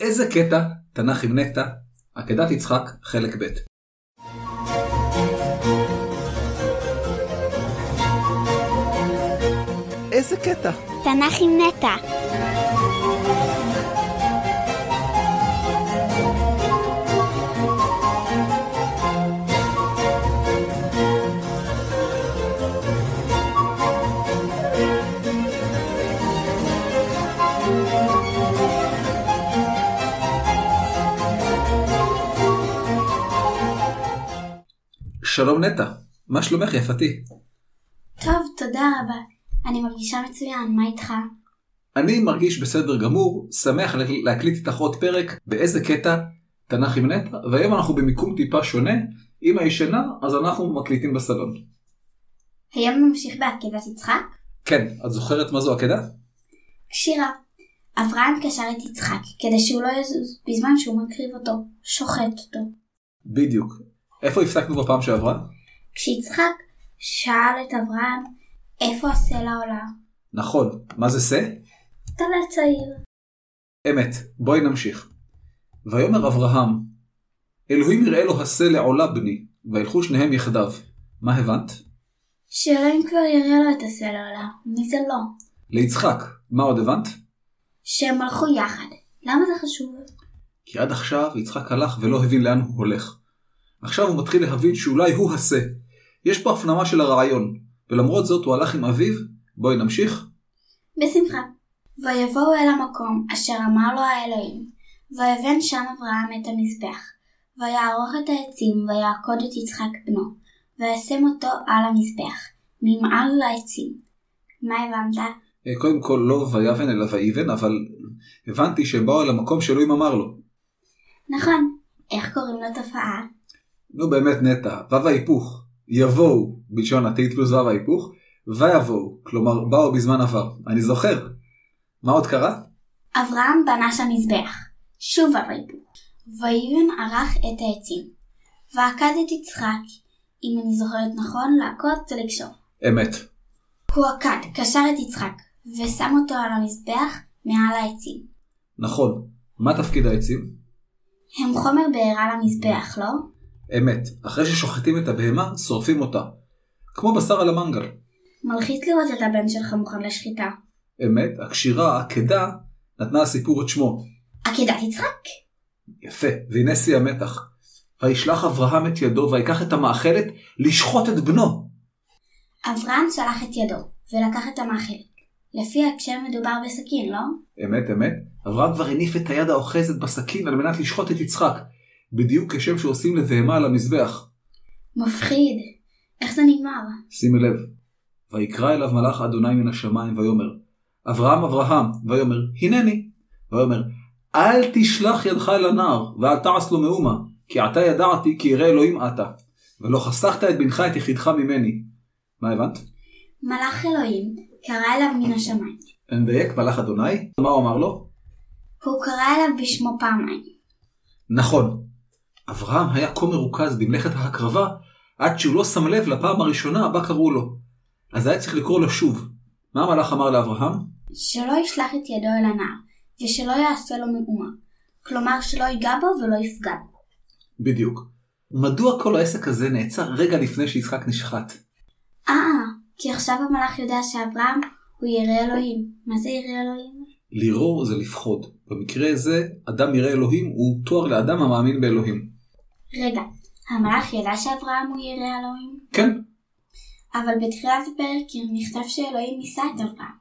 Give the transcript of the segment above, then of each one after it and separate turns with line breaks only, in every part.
איזה קטע תנ"ך עם נטע, עקדת יצחק, חלק ב'.
איזה קטע?
תנ"ך עם נטע.
שלום נטע, מה שלומך יפתי?
טוב, תודה רבה. אני מרגישה מצוין, מה איתך?
אני מרגיש בסדר גמור, שמח לה- להקליט איתך עוד פרק באיזה קטע תנ"ך עם נטע, והיום אנחנו במיקום טיפה שונה, אם הישנה אז אנחנו מקליטים בסלון.
היום נמשיך בעקדת יצחק?
כן, את זוכרת מה זו עקדה?
קשירה. אברהם קשר את יצחק, כדי שהוא לא יזוז בזמן שהוא מקריב אותו, שוחט אותו.
בדיוק. איפה הפסקנו בפעם שעברה?
כשיצחק שאל את אברהם, איפה הסלע עולה?
נכון, מה זה שא?
טלה צעיר.
אמת, בואי נמשיך. ויאמר אברהם, אלוהים יראה לו השה לעולה בני, וילכו שניהם יחדיו. מה הבנת?
שאלוהים כבר יראה לו את הסלע עולה, מי זה לא?
ליצחק, מה עוד הבנת?
שהם הלכו יחד. למה זה חשוב?
כי עד עכשיו יצחק הלך ולא הבין לאן הוא הולך. עכשיו הוא מתחיל להבין שאולי הוא השה. יש פה הפנמה של הרעיון, ולמרות זאת הוא הלך עם אביו, בואי נמשיך.
בשמחה. ויבואו אל המקום אשר אמר לו האלוהים, ויבן שם אברהם את המזבח, ויערוך את העצים, ויעקוד את יצחק בנו, וישם אותו על המזבח, ממעל לעצים. מה הבנת?
אה, קודם כל לא ויבן אלא ויבן, אבל הבנתי שהם באו אל המקום שאלוהים אמר לו.
נכון. איך קוראים לתופעה?
נו באמת נטע, וו ההיפוך, יבואו, בלשון עתיד פלוס וו ההיפוך, ויבואו, כלומר באו בזמן עבר, אני זוכר. מה עוד קרה?
אברהם בנה שם מזבח, שוב הריבוק. ויבן ערך את העצים, ועקד את יצחק, אם אני זוכרת נכון, להכות זה לקשור.
אמת.
הוא עקד, קשר את יצחק, ושם אותו על המזבח מעל העצים.
נכון. מה תפקיד העצים?
הם חומר בעירה למזבח, לא?
אמת. אחרי ששוחטים את הבהמה, שורפים אותה. כמו בשר על המנגל.
מלחיץ לראות את הבן שלך מוכן לשחיטה.
אמת, הקשירה, העקדה, נתנה הסיפור את שמו.
עקדת יצחק?
יפה, והנה שיא המתח. וישלח אברהם את ידו ויקח את המאכלת לשחוט את בנו.
אברהם שלח את ידו, ולקח את המאכלת. לפי ההקשר מדובר בסכין, לא?
אמת אמת, אברהם כבר הניף את היד האוחזת בסכין על מנת לשחוט את יצחק, בדיוק כשם שעושים לבהמה על המזבח.
מפחיד. איך זה נגמר?
שימי לב. ויקרא אליו מלאך אדוני מן השמיים ויאמר, אברהם אברהם, ויאמר, הנני. ויאמר, אל תשלח ידך אל הנער, ואל תעש לו מאומה, כי עתה ידעתי כי יראה אלוהים עתה, ולא חסכת את בנך את יחידך ממני. מה הבנת?
מלאך אלוהים קרא אליו מן השמיים.
אני מדייק, מלאך אדוני? מה הוא אמר לו?
הוא קרא אליו בשמו פעמיים.
נכון. אברהם היה כה מרוכז במלאכת ההקרבה, עד שהוא לא שם לב לפעם הראשונה בה קראו לו. אז היה צריך לקרוא לו שוב. מה המלאך אמר לאברהם?
שלא ישלח את ידו אל הנער, ושלא יעשה לו מאומה. כלומר, שלא ייגע בו ולא יפגע בו.
בדיוק. מדוע כל העסק הזה נעצר רגע לפני שיצחק נשחט?
אה, כי עכשיו המלאך יודע שאברהם הוא ירא אלוהים. מה זה ירא אלוהים?
לירור זה לפחוד. במקרה הזה, אדם ירא אלוהים הוא תואר לאדם המאמין באלוהים.
רגע, המלאך ידע שאברהם הוא ירא אלוהים?
כן,
אבל בתחילת הפרק נכתב שאלוהים נישא את אברהם.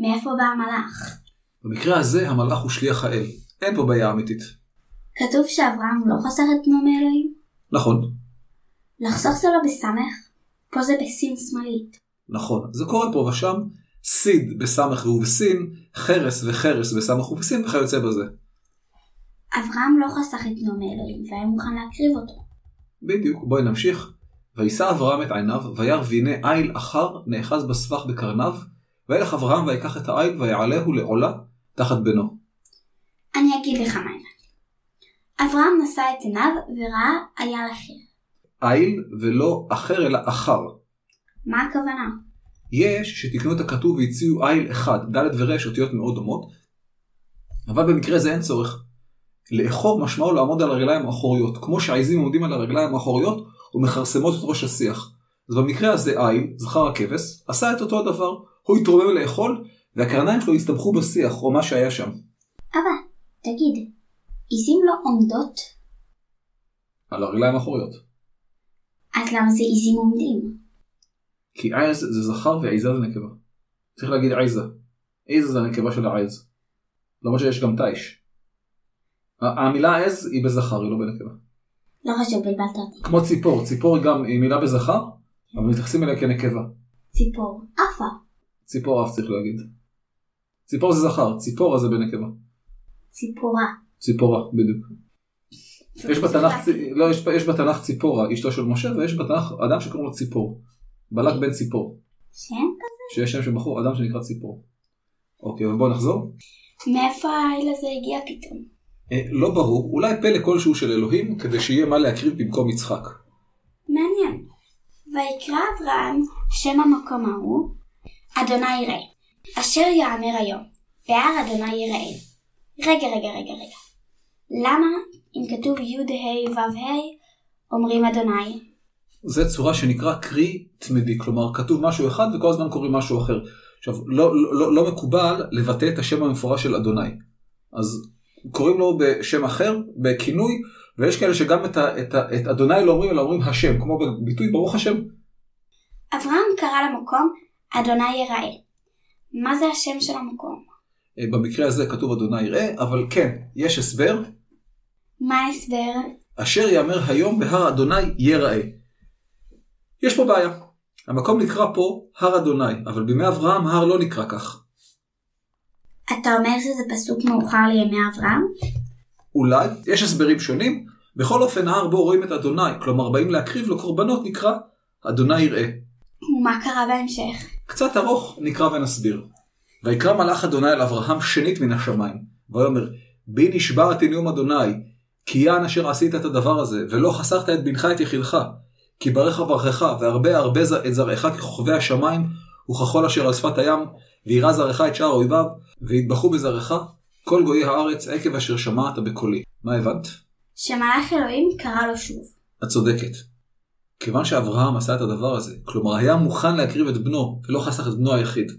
מאיפה בא המלאך?
במקרה הזה המלאך הוא שליח האל. אין פה בעיה אמיתית.
כתוב שאברהם לא חסך את בנו מאלוהים?
נכון,
לחסוך זה לא בסמך? פה זה בסין שמאלית.
נכון. זה קורה פה ושם. סיד בסמך ובסין, חרס וחרס בסמך ובסין וכיוצא בזה.
אברהם לא חסך את בנו מאלוהים, והיה מוכן להקריב אותו.
בדיוק, בואי נמשיך. וישא אברהם את עיניו, וירא והנה איל אחר נאחז בסבך בקרניו, וילך אברהם ויקח את האיל ויעלהו לעולה תחת בנו.
אני אגיד לך מה הבנתי. אברהם נשא את עיניו וראה אייל אחר.
איל ולא אחר אלא אחר.
מה הכוונה?
יש שתיקנו את הכתוב והציעו איל אחד, ד' ור' אותיות מאוד דומות, אבל במקרה זה אין צורך. לאחור משמעו לעמוד על הרגליים האחוריות, כמו שעיזים עומדים על הרגליים האחוריות ומכרסמות את ראש השיח. אז במקרה הזה עין, זכר הכבש, עשה את אותו הדבר, הוא התרומם לאכול, והקרניים שלו הסתבכו בשיח, או מה שהיה שם.
אבא, תגיד, עיזים לא עומדות?
על הרגליים האחוריות.
אז למה זה עיזים עומדים?
כי עז זה זכר ועיזה זה נקבה. צריך להגיד עיזה. עיזה זה הנקבה של העז. למרות שיש גם תיש. ה- המילה עז היא בזכר, היא לא בנקבה.
לא חשוב, בלבלת אותי.
כמו ציפור, ציפור גם היא מילה בזכר, אבל מתייחסים אליה כנקבה.
ציפור. עפה.
ציפור אף צריך להגיד. ציפור זה זכר, ציפורה זה בנקבה.
ציפורה.
ציפורה, בדיוק. יש בתנ"ך, צ- לא, יש, יש בתנ"ך ציפורה, אשתו של משה, ויש בתנ"ך אדם שקוראים לו ציפור. בלק בן ציפור.
שם?
שיש שם של בחור, אדם שנקרא ציפור. אוקיי, ובואו נחזור.
מאיפה האל הזה הגיע פתאום?
אה, לא ברור, אולי פלא כלשהו של אלוהים, כדי שיהיה מה להקריב במקום יצחק.
מעניין. ויקרא אברהם שם המקום ההוא, אדוני יראה. אשר יאמר היום, בהר אדוני יראה. רגע, רגע, רגע, רגע. למה אם כתוב י' ה' ו' ה' אומרים אדוני?
זה צורה שנקרא קרי תמידי, כלומר כתוב משהו אחד וכל הזמן קוראים משהו אחר. עכשיו, לא, לא, לא, לא מקובל לבטא את השם המפורש של אדוני. אז קוראים לו בשם אחר, בכינוי, ויש כאלה שגם את, ה, את, ה, את אדוני לא אומרים, אלא אומרים השם, כמו בביטוי ברוך השם.
אברהם קרא למקום אדוני יראה. מה זה השם של המקום?
אה, במקרה הזה כתוב אדוני יראה, אבל כן, יש הסבר,
מה ההסבר?
אשר יאמר היום בהר אדוני יראה. יש פה בעיה. המקום נקרא פה הר אדוני, אבל בימי אברהם ההר לא נקרא כך.
אתה אומר שזה פסוק מאוחר לימי אברהם?
אולי, יש הסברים שונים, בכל אופן ההר בו רואים את אדוני, כלומר באים להקריב לו קורבנות נקרא אדוני יראה.
ומה קרה בהמשך?
קצת ארוך, נקרא ונסביר. ויקרא מלאך אדוני אל אברהם שנית מן השמיים, ויאמר בי נשבעתי נאום אדוני, כי יען אשר עשית את הדבר הזה, ולא חסכת את בנך את יחילך, כי ברך אברכך, והרבה הרבה ז- את זרעך ככוכבי השמיים, וככל אשר על שפת הים, וירא זרעך את שאר אויביו, ויטבחו בזרעך, כל גויי הארץ עקב אשר שמעת בקולי. מה הבנת?
שמלאך אלוהים קרא לו שוב.
את צודקת. כיוון שאברהם עשה את הדבר הזה, כלומר היה מוכן להקריב את בנו, ולא חסך את בנו היחיד.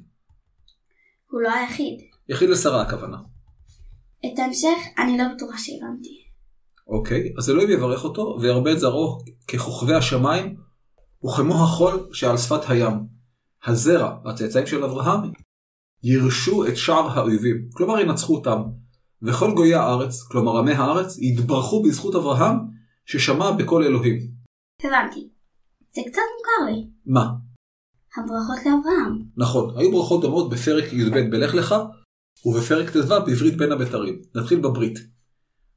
הוא לא היחיד.
יחיד לשרה הכוונה.
את ההמשך אני לא בטוחה שהבנתי.
אוקיי, אז אלוהים יברך אותו, וירבה את זרעו ככוכבי השמיים, וכמו החול שעל שפת הים. הזרע, הצאצאים של אברהם, ירשו את שאר האויבים, כלומר ינצחו אותם. וכל גויי הארץ, כלומר עמי הארץ, יתברכו בזכות אברהם, ששמע בקול אלוהים.
הבנתי. זה קצת מוכר לי.
מה?
הברכות לאברהם.
נכון, היו ברכות דומות בפרק י"ב בלך לך, ובפרק ט"ו בעברית בין הבתרים. נתחיל בברית.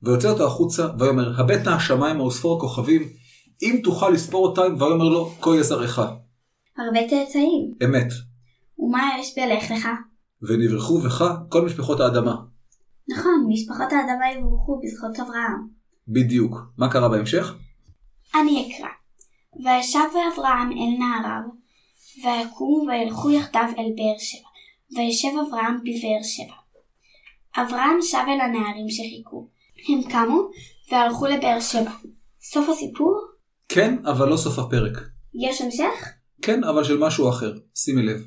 ויוצא אותו החוצה, ויאמר, הבט נא השמיים האוספור הכוכבים, אם תוכל לספור אותם, ויאמר לו, כה יהיה זרעך.
הרבה צאצאים.
אמת.
ומה יש בלך לך?
ונברכו בך כל משפחות האדמה.
נכון, משפחות האדמה יבורכו בזכות אברהם.
בדיוק. מה קרה בהמשך?
אני אקרא. וישב אברהם אל נעריו, ויקומו וילכו יחדיו אל באר שבע, וישב אברהם בבאר שבע. אברהם שב אל הנערים שחיכו. הם קמו והלכו לבאר שבע. סוף הסיפור?
כן, אבל לא סוף הפרק.
יש המשך?
כן, אבל של משהו אחר. שימי לב.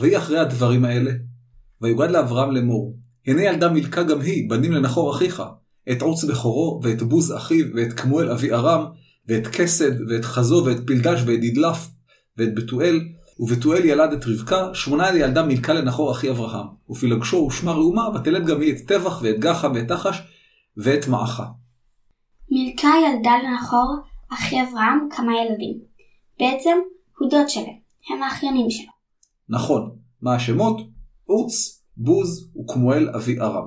ויהי אחרי הדברים האלה, ויוגד לאברהם לאמור, הנה ילדה מילכה גם היא, בנים לנחור אחיך, את עוץ בכורו, ואת בוז אחיו, ואת כמואל אבי ארם, ואת כסד, ואת חזו, ואת פלדש, ואת ידלף, ואת בתואל, ובתואל ילד את רבקה, שמונה אל ילדה מילכה לנחור אחי אברהם, ופילגשו ושמה ראומה, ותלד גם היא את טבח, ואת גחה, ואת תחש, ואת מעכה.
מילכה ילדה לנחור, אחי אברהם, כמה ילדים. בעצם, הוא דוד שלהם. הם האחיינים שלו.
נכון, מה השמות? עוץ, בוז וכמואל אבי ארם.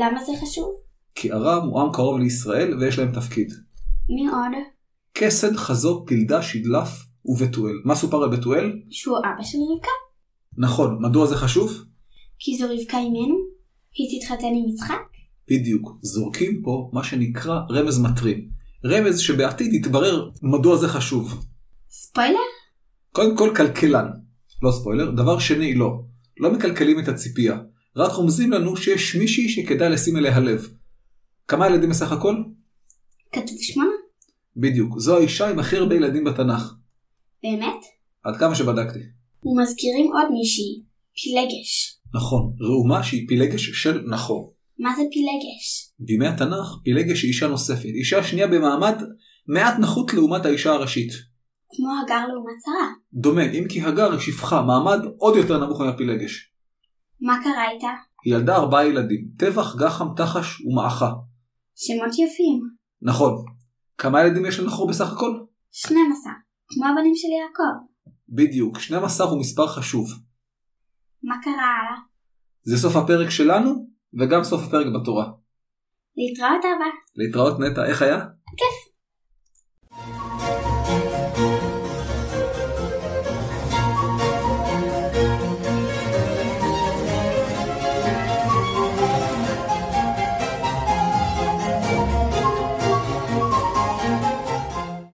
למה זה חשוב?
כי ארם הוא עם קרוב לישראל ויש להם תפקיד.
מי עוד?
כסד, חזו, פלדה, שדלף ובתואל. מה סופר על בתואל?
שהוא אבא של רבקה.
נכון, מדוע זה חשוב?
כי זו רבקה אימנו? היא תתחתן עם יצחק?
בדיוק, זורקים פה מה שנקרא רמז מטרים. רמז שבעתיד יתברר מדוע זה חשוב.
ספוילר?
קודם כל כלכלן, לא ספוילר. דבר שני, לא. לא מקלקלים את הציפייה. רק רומזים לנו שיש מישהי שכדאי לשים אליה לב. כמה ילדים בסך הכל?
כתוב שמונה.
בדיוק, זו האישה עם הכי הרבה ילדים בתנ"ך,
באמת?
עד כמה שבדקתי.
ומזכירים עוד מישהי, פילגש.
נכון, ראומה שהיא פילגש של נחור.
מה זה פילגש?
בימי התנ"ך פילגש היא אישה נוספת, אישה שנייה במעמד מעט נחות לעומת האישה הראשית.
כמו הגר לעומת שרה.
דומה, אם כי הגר היא שפחה, מעמד עוד יותר נמוך מהפילגש.
מה קרה איתה?
היא ילדה ארבעה ילדים, טבח, גחם, תחש ומעכה.
שמות יפים.
נכון. כמה ילדים יש לנחור בסך הכל?
12. כמו הבנים של יעקב.
בדיוק, 12 הוא מספר חשוב.
מה קרה הלאה?
זה סוף הפרק שלנו, וגם סוף הפרק בתורה.
להתראות אבא.
להתראות נטע, איך היה?
כיף.